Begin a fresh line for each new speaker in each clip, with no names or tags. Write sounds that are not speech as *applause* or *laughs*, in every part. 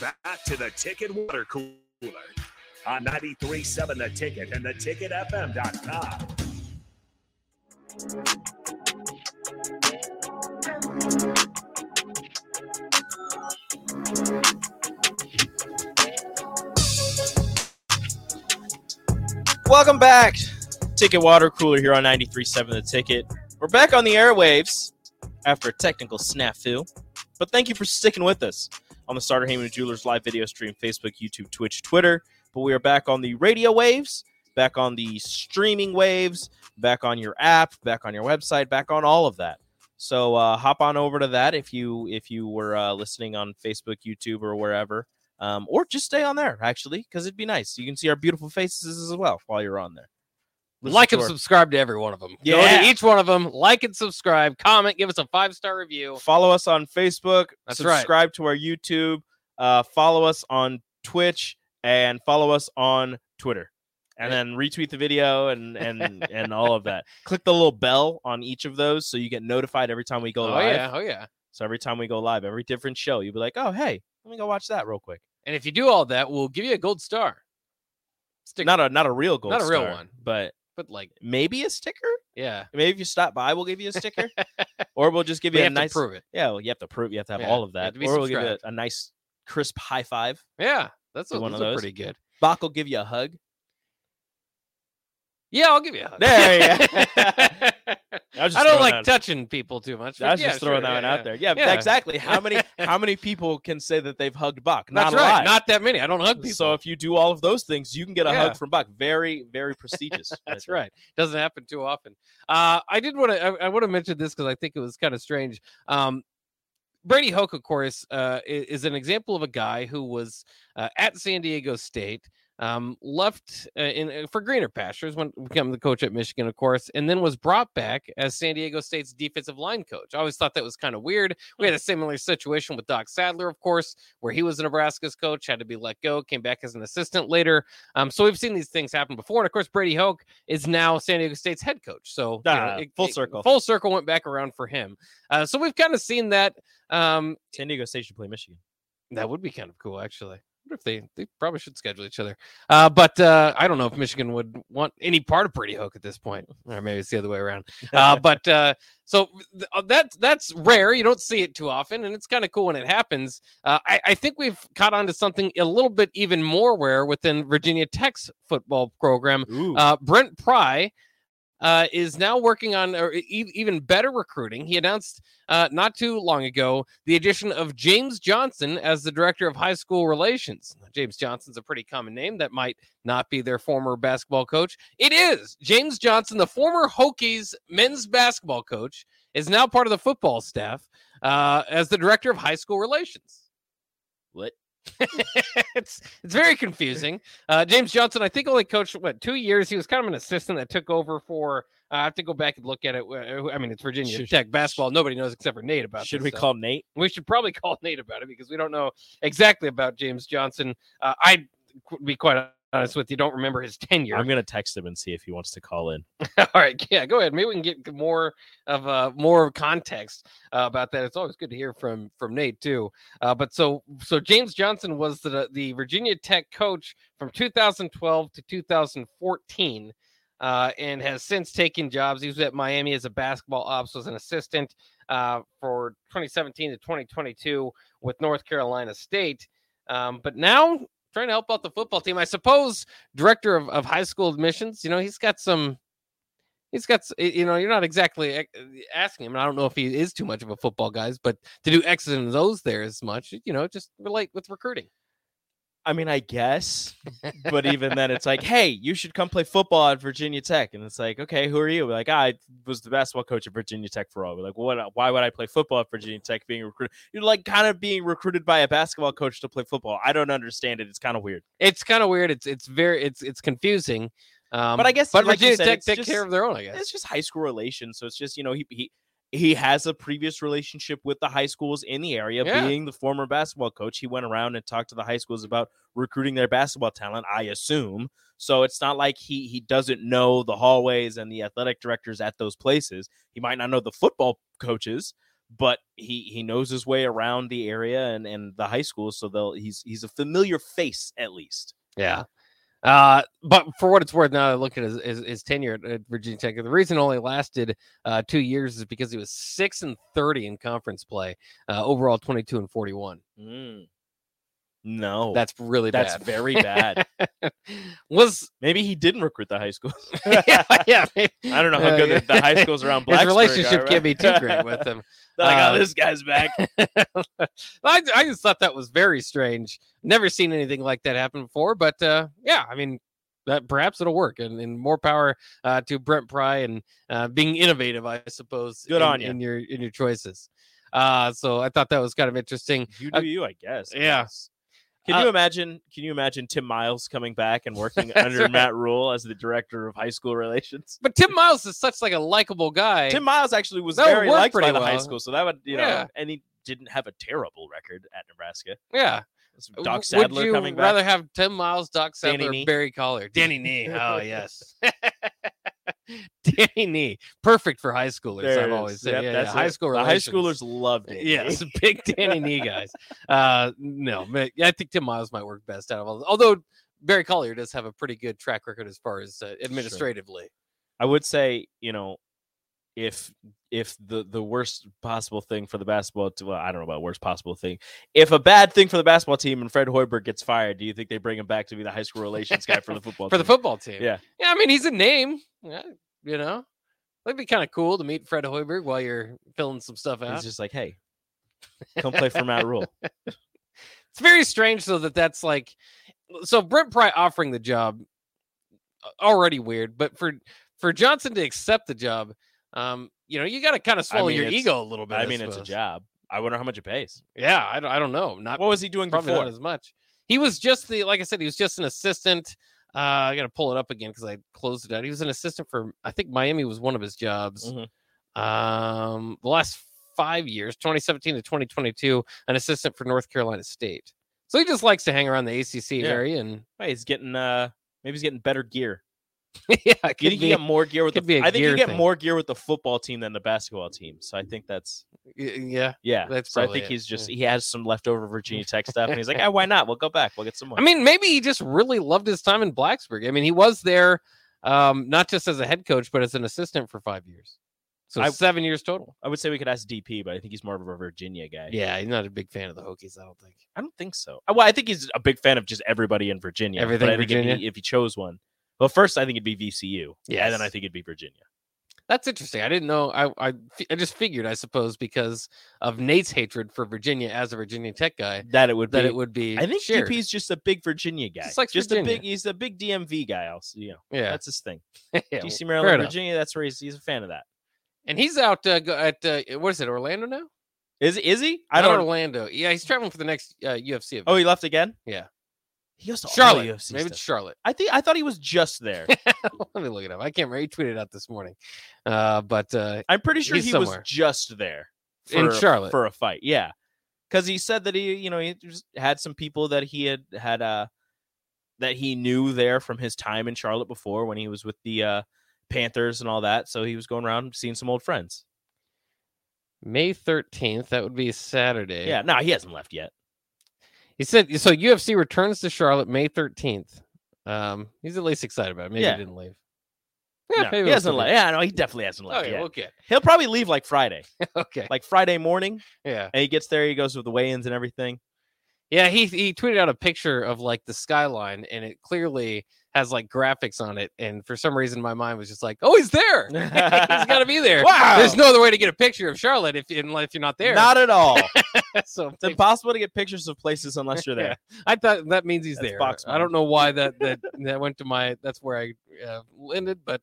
Back to the Ticket Water Cooler on 93.7 The Ticket and theticketfm.com.
Welcome back. Ticket Water Cooler here on 93.7 The Ticket. We're back on the airwaves after a technical snafu, but thank you for sticking with us on the Starter Heyman Jewelers live video stream, Facebook, YouTube, Twitch, Twitter. But we are back on the radio waves, back on the streaming waves, back on your app, back on your website, back on all of that. So uh, hop on over to that if you if you were uh, listening on Facebook, YouTube, or wherever um, or just stay on there actually, because it'd be nice. You can see our beautiful faces as well while you're on there. Listen
like
to
and
our-
subscribe to every one of them. Go
Yeah.
to each one of them. Like and subscribe. Comment. Give us a five star review.
follow us on Facebook.
That's right.
subscribe to our YouTube. Uh, follow us on Twitch and follow us on Twitter. And
Yeah.
then retweet the video and
*laughs*
and and all of that. Click the little bell on each of those so you get notified every time we go
Oh
live.
yeah. Oh yeah.
So every time we go live, every different show, you'll be like, oh hey, let me go watch that real quick.
And if you do all that, we'll give you a gold star. Stick.
Not a not a real gold,
Not a real
star,
one.
but
but like
maybe a sticker.
yeah.
Maybe if you stop by, we'll give you a
*laughs*
sticker, or we'll just give
We
you a
have
nice.
to prove it.
Yeah, well, you have to prove. You have to have
Yeah,
all of
you have
that,
to
or
be
we'll give you
subscribed.
a, a nice crisp high five.
Yeah. That's
Do
a,
one of
those are
those.
pretty good.
Bach will give you a hug.
Yeah, I'll give you a hug. *laughs*
There you go. *laughs* I, was
I
throwing
don't like
that-
touching people too much. but
I was
yeah,
just throwing
sure,
that
yeah,
one
yeah.
out there. Yeah,
Yeah.
exactly. How
*laughs*
many how many people can say that they've hugged Bach? Not
That's
a
right.
lot.
Not that many. I don't hug people.
so if you do all of those things, you can get a
Yeah.
hug from Bach. Very very prestigious.
*laughs* That's
there.
right. Doesn't happen too often. Uh, I did want to. I, I want to mention this because I think it was kind of strange. Um, Brady Hoke, of course, uh, i- is, an example of a guy who was uh, at San Diego State, um, left uh, in uh, for greener pastures when become the coach at Michigan, of course, and then was brought back as San Diego State's defensive line coach. I always thought that was kind of weird. We
Hmm.
had a similar situation with Doc Sadler, of course, where he was Nebraska's coach, had to be let go, came back as an assistant later. Um, so we've seen these things happen before, and of course, Brady Hoke is now San Diego State's head coach. So you know,
Ah, full circle.
full circle went back around for him. Uh, so we've kind of seen that. Um,
San Diego State should play Michigan.
that would be kind of cool, actually. I wonder if they they probably should schedule each other. Uh, but uh, I don't know if Michigan would want any part of Brady Hoke at this point, or maybe it's the other way around. Uh, but uh, so th- uh, that that's rare. You don't see it too often, and it's kind of cool when it happens. Uh, I, I think we've caught on to something a little bit even more rare within Virginia Tech's football program.
Ooh.
Uh, Brent Pry uh, is now working on or e- even better recruiting. He announced uh, not too long ago the addition of James Johnson as the director of high school relations. Now, James Johnson's a pretty common name that might not be their former basketball coach. It is James Johnson, the former Hokies men's basketball coach, is now part of the football staff uh, as the director of high school relations.
What?
*laughs* it's it's very confusing. Uh, James Johnson, I think, only coached what two years. He was kind of an assistant that took over for. Uh, I have to go back and look at it. Uh, I mean, it's Virginia
Should-
Tech basketball. Nobody knows except for Nate about.
should
this
we
stuff.
call Nate?
We should probably *laughs* call Nate about it because we don't know exactly about James Johnson. Uh, I qu- be quite honest with you, don't remember his tenure.
I'm gonna text him and see if he wants to call in.
*laughs* All right, yeah, go ahead. Maybe we can get more of uh more context uh, about that. It's always good to hear from from Nate too. Uh, but so so James Johnson was the the Virginia Tech coach from 2012 to 2014. Uh, and has since taken jobs. He was at Miami as a basketball ops, was an assistant uh, for 2017 to 2022 with North Carolina State. Um, but now trying to help out the football team, I suppose. Director of, of high school admissions, you know, he's got some he's got s- y- you know you're not exactly ac- asking him and i don't know if he is too much of a football guys but to do x's and those there as much you know just relate with recruiting
I mean, I guess, but even then, it's like, hey, you should come play football at Virginia Tech, and it's like, okay, who are you? We're like, I was the basketball coach at Virginia Tech for all. We're like, what? Why would I play football at Virginia Tech? Being recruited, you're like kind of being recruited by a basketball coach to play football. I don't understand it. It's kind of weird.
it's kind of weird it's it's very it's it's confusing um
I guess,
but
like you
virginia
said,
tech
it's
take
just-
care of their own i guess
It's just high school relations, so it's just you know he he he has a previous relationship with the high schools in the area,
Yeah.
being the former basketball coach. He went around and talked to the high schools about recruiting their basketball talent. I assume so. It's not like he he doesn't know the hallways and the athletic directors at those places. He might not know the football coaches. but he he knows his way around the area and and the high school, so they'll he's he's a familiar face at least.
Yeah. Uh, but for what it's worth, now that I look at his, his, his tenure at, at Virginia Tech, the reason it only lasted uh, two years is because he was six and thirty in conference play. Uh, overall, twenty two and forty one.
Mm. No,
That's really
Oh, that's
bad.
very bad.
*laughs* was *laughs*
Maybe he didn't recruit the high school. *laughs*
yeah, yeah. uh, I
I don't know how good the, the high schools around
*laughs* His
Blacksburg
relationship
are,
can't be
right?
too great with him.
*laughs*
*laughs*
They're like,
Uh,
oh, this guy's back.
*laughs* I, I just thought that was very strange. Never seen anything like that happen before, but uh, yeah, I mean, that perhaps it'll work. And, and more power uh, to Brent Pry and uh, being innovative, I suppose.
Good
in,
on ya.
in your in your choices. Uh, so I thought that was kind of interesting.
You
Uh,
do you, I guess.
yeah.
Yes. Can
Uh,
you imagine? Can you imagine Tim Miles coming back and working
*laughs* That's
under
right.
Matt Rule as the director of high school relations?
But Tim Miles is such like a likable guy.
Tim Miles actually was
That would
very
work
liked by
pretty
the high
well.
school, so that would you
Yeah.
know, and he didn't have a terrible record at Nebraska.
yeah.
Some Doc
W-
Sadler
Would you
coming back.
rather have Tim Miles, Doc
Danny
Sadler,
Nee.
Barry *laughs* Collar, Danny Nee? Oh yes, *laughs* Danny Nee, perfect for high schoolers.
There it
I've
is.
always said,
Yep,
yeah,
that's
yeah, high
it.
school
The high
relations.
schoolers loved it.
*laughs* Yes, big Danny Nee guys. Uh, no, ma- I think Tim Miles might work best out of all. Although Barry Collier does have a pretty good track record as far as uh, administratively.
I would say, you know, if if the the worst possible thing for the basketball, t- well, I don't know about worst possible thing. If a bad thing for the basketball team and Fred Hoiberg gets fired, do you think they bring him back to be the high school relations guy for
*laughs*
the football?
for the
team?
football team.
Yeah.
Yeah, I mean, he's a name. Yeah, you know, that'd be kind of cool to meet Fred Hoiberg while you're filling some stuff out.
He's just like, hey, come play for Matt
*laughs*
Rule.
It's very strange though that that's like so Brent Pry offering the job uh, already weird, but for for Johnson to accept the job, um, you know, you got to kind of swallow
mean,
your
it's-
ego a little bit.
I mean, it's a
suppose.
job. I wonder how much it pays.
Yeah, I don't, I don't know. Not
What was he doing
probably
before?
not as much. He was just the like I said, he was just an assistant. Uh, I gotta pull it up again because I closed it out. He was an assistant for I think Miami was one of his jobs.
Mhm.
Um, the last five years, 2017 to 2022, an assistant for North Carolina State. So he just likes to hang around the ACC
Yeah.
area, and *laughs*
Hey, he's getting uh, maybe he's getting better gear.
yeah, it
You
could
think you
be-
get more gear with the?
could be a
I think
gear
you get
thing.
more gear with the football team than the basketball team. So I think that's
y- yeah.
Yeah,
That's
so I
probably
think
it,
he's just
yeah.
he has some leftover Virginia Tech stuff, and he's
*laughs*
like, "Ah, why not? We'll go back. We'll get some more."
I mean, maybe he just really loved his time in Blacksburg. I mean, he was there, um, not just as a head coach, but as an assistant for five years. So
I-
seven years total.
I would say we could ask DP, but I think he's more of a Virginia guy.
Yeah, he's not a big fan of the Hokies. I don't think.
I don't think so. Uh, Well, I think he's a big fan of just everybody in Virginia. but
Everything
I think if he- If he,
Virginia? chose
one, well, first I think it'd be VCU. and then I
Yes.
think it'd be Virginia.
That's interesting. I didn't know. I, I fi- I just figured, I suppose, because of Nate's hatred for Virginia as a Virginia Tech guy,
That it would
Eh, that
be.
it would be.
I think
shared.
DP's just a big Virginia guy.
Just likes
a
Virginia.
big. He's a big DMV guy. Also, you know,
Yeah.
that's his thing.
*laughs* yeah.
DC,
fair
Maryland,
enough.
Virginia. That's where he's. He's a fan of that.
And he's out uh, go- at uh, what is it? Orlando now?
Is is he? I
Not
don't. know.
Orlando. Yeah, he's traveling for the next uh, UFC event.
Oh, he left again.
Yeah.
He goes to all the
Charlotte. Maybe
UFC
it's
stuff.
Charlotte. *laughs*
I think I thought he was just there.
Let me look it up. I can't remember. He tweeted it out this morning, uh, but uh,
I'm pretty sure
He's
he
somewhere.
was just there
In Charlotte.
for a fight. Yeah, because he said that he, you know, he just had some people that he had had uh that he knew there from his time in Charlotte before when he was with the uh Panthers and all that. So he was going around seeing some old friends.
May thirteenth. That would be Saturday.
Yeah, no, he hasn't left yet.
He said so. UFC returns to Charlotte May 13th. Um, he's at least excited about it. Maybe
Yeah.
he didn't leave.
No,
maybe
he
it was
hasn't
something-
left. Yeah, no, he definitely hasn't left
Okay,
yet.
Oh, okay, *laughs*
He'll probably leave like Friday,
okay,
like Friday morning,
yeah,
and he gets there. He goes with the weigh-ins and everything.
yeah. He he tweeted out a picture of like the skyline, and it clearly has like graphics on it. And for some reason, my mind was just like, "Oh, he's there! *laughs* he's got
*laughs*
to be there."
Wow,
There's no other way to get a picture of Charlotte if unless you're not
*laughs*
there.
not at all.
*laughs* so
It's impossible to get pictures of places unless you're there.
I thought that means he's
That's
there.
box
I don't
money. *laughs*
know why that that that went to my. That's where I uh, ended, but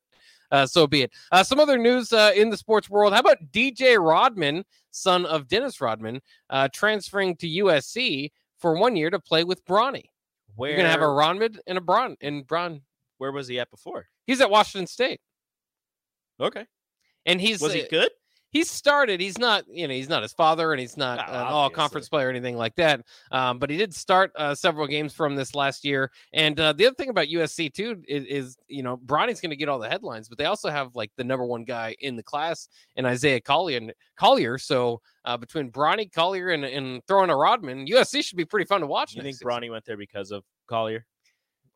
uh, so be it. Uh, some other news uh, in the sports world. How about DJ Rodman, son of Dennis Rodman, uh, transferring to USC for one year to play with Bronny?
Where
You're gonna have a Rodman and a Bron and Bron.
where was he at before?
He's at Washington State,
Okay,
and he's
was he
uh,
good?
he started. He's not, you know, he's not his father, and he's not
No,
an all conference player or anything like that. Um, but he did start uh, several games from this last year. And uh, the other thing about USC too is, is you know, Bronny's going to get all the headlines, but they also have like the number one guy in the class and Isaiah Collier. Collier. So uh, between Bronny Collier and, and throwing a Rodman, USC should be pretty fun to watch.
You
next
think
season.
Bronny went there because of Collier?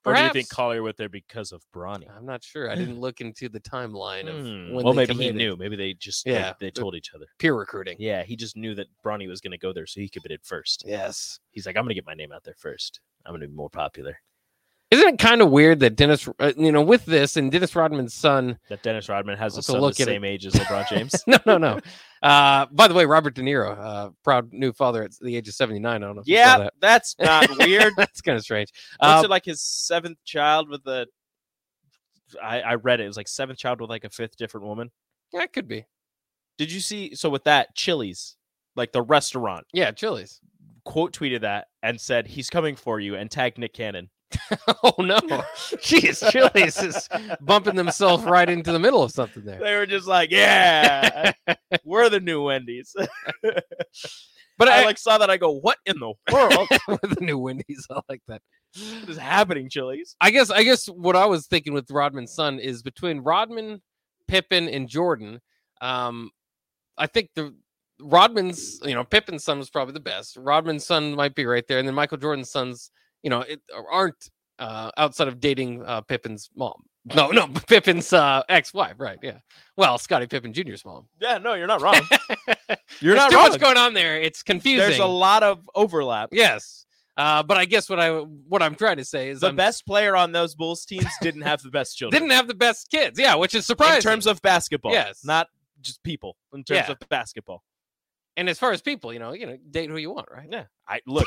Or do you think
Perhaps.
Collier went there because of Bronny?
I'm not sure. I didn't look into the timeline of
Hmm.
when
Well,
they
maybe he
committed.
knew. Maybe they just like,
Yeah.
they told each other.
peer recruiting.
Yeah, he just knew that Bronny was going to go there, so he committed first.
Yes.
He's like, I'm going to get my name out there first. I'm going to be more popular.
Isn't it kind of weird that Dennis, uh, you know, with this and Dennis Rodman's son? *laughs*
That Dennis Rodman has a
I'll have to
son
look
the
at it.
same age as LeBron *laughs* James.
No, no, no. Uh, by the way, Robert De Niro, uh, proud new father at the age of seventy nine. I don't know. If you saw
yeah,
that. *laughs*
that's *laughs* not weird.
That's kind of strange.
What's
Uh,
it like his seventh child with a? I I read it. It was like seventh child with like a fifth different woman.
yeah, it could be.
Did you see? So with that, Chili's, like the restaurant,
Yeah, Chili's. *laughs*
quote tweeted that and said he's coming for you and tagged Nick Cannon.
Oh no, *laughs* jeez, Chili's is bumping themselves right into the middle of something there.
They were just like, *laughs* yeah, we're the new Wendy's.
But
*laughs* I
I,
like saw that. I go, what in the *laughs* world
*laughs* like the new Wendy's. I like that.
is happening, Chili's?
I guess I guess what I was thinking with Rodman's son is between Rodman, Pippen, and Jordan, um, I think the Rodman's you know Pippen's son was probably the best. Rodman's son might be right there, and then Michael Jordan's sons you know it, aren't uh, outside of dating uh, Pippen's mom. No, *laughs* no, Pippen's uh, ex-wife, right? Yeah. Well, Scottie Pippen Jr.'s mom.
Yeah, no, you're not *laughs* wrong.
There's
You're not
too
wrong.
much going on there. It's confusing.
There's a lot of overlap.
yes. Uh, but I guess what I what I'm trying to say is
The
I'm-
best player on those Bulls teams didn't have the best children.
didn't have the best kids. Yeah, which is surprising.
in terms of basketball.
Yes.
Not just people. In terms
Yeah.
of basketball.
And as far as people, you know, you know, date who you want, right? Yeah.
I *laughs* look,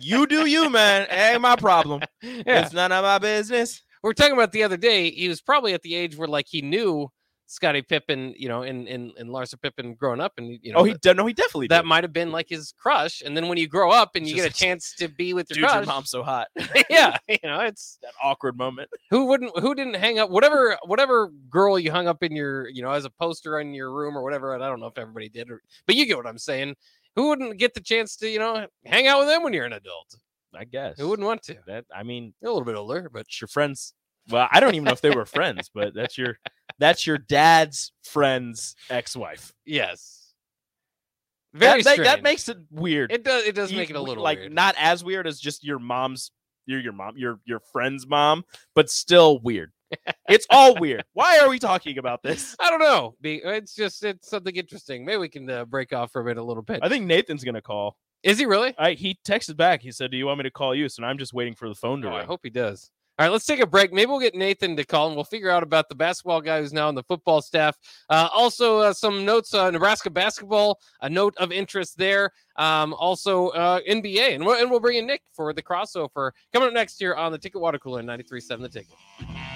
you do you, man. Ain't my problem.
Yeah.
It's none of my business.
We were talking about the other day, he was probably at the age where like he knew Scottie Pippen, you know, and and, and Larsa Pippen growing up and you know
oh, he did. No, he definitely
that
did.
might have been like his crush. And then when you grow up and you get a
Just-
chance to be with your
Dude, your
crush,
mom's so hot.
*laughs* yeah, you know, it's
that awkward moment.
who wouldn't who didn't hang up whatever whatever girl you hung up in your, you know, as a poster in your room or whatever. And I don't know if everybody did or, but you get what I'm saying. Who wouldn't get the chance to, you know, hang out with them when you're an adult?
I guess.
Who wouldn't want to?
That I mean,
You're a little bit older, but
it's your friends. Well, I don't even know if they were friends, but that's your that's your dad's friend's ex-wife.
Yes. Very
that, make- that
strange.
makes it weird.
it does it does
you-
make it a
w-
little
like
weird.
not as weird as just your mom's your your mom your your friend's mom but still weird it's all
*laughs*
weird why are we talking about this
I don't know. Be- It's just it's something interesting. Maybe we can uh, break off from it a little bit.
i think nathan's gonna call
Is he really?
i he texted back he said do you want me to call you so i'm just waiting for the phone to
Oh, I
ring
hope he does. All right, let's take a break. Maybe we'll get Nathan to call and we'll figure out about the basketball guy who's now on the football staff. Uh, also, uh, some notes on Nebraska basketball, a note of interest there. Um, also, uh, NBA, and we'll, and we'll bring in Nick for the crossover coming up next year on the Ticket Water Cooler 93.7 The Ticket.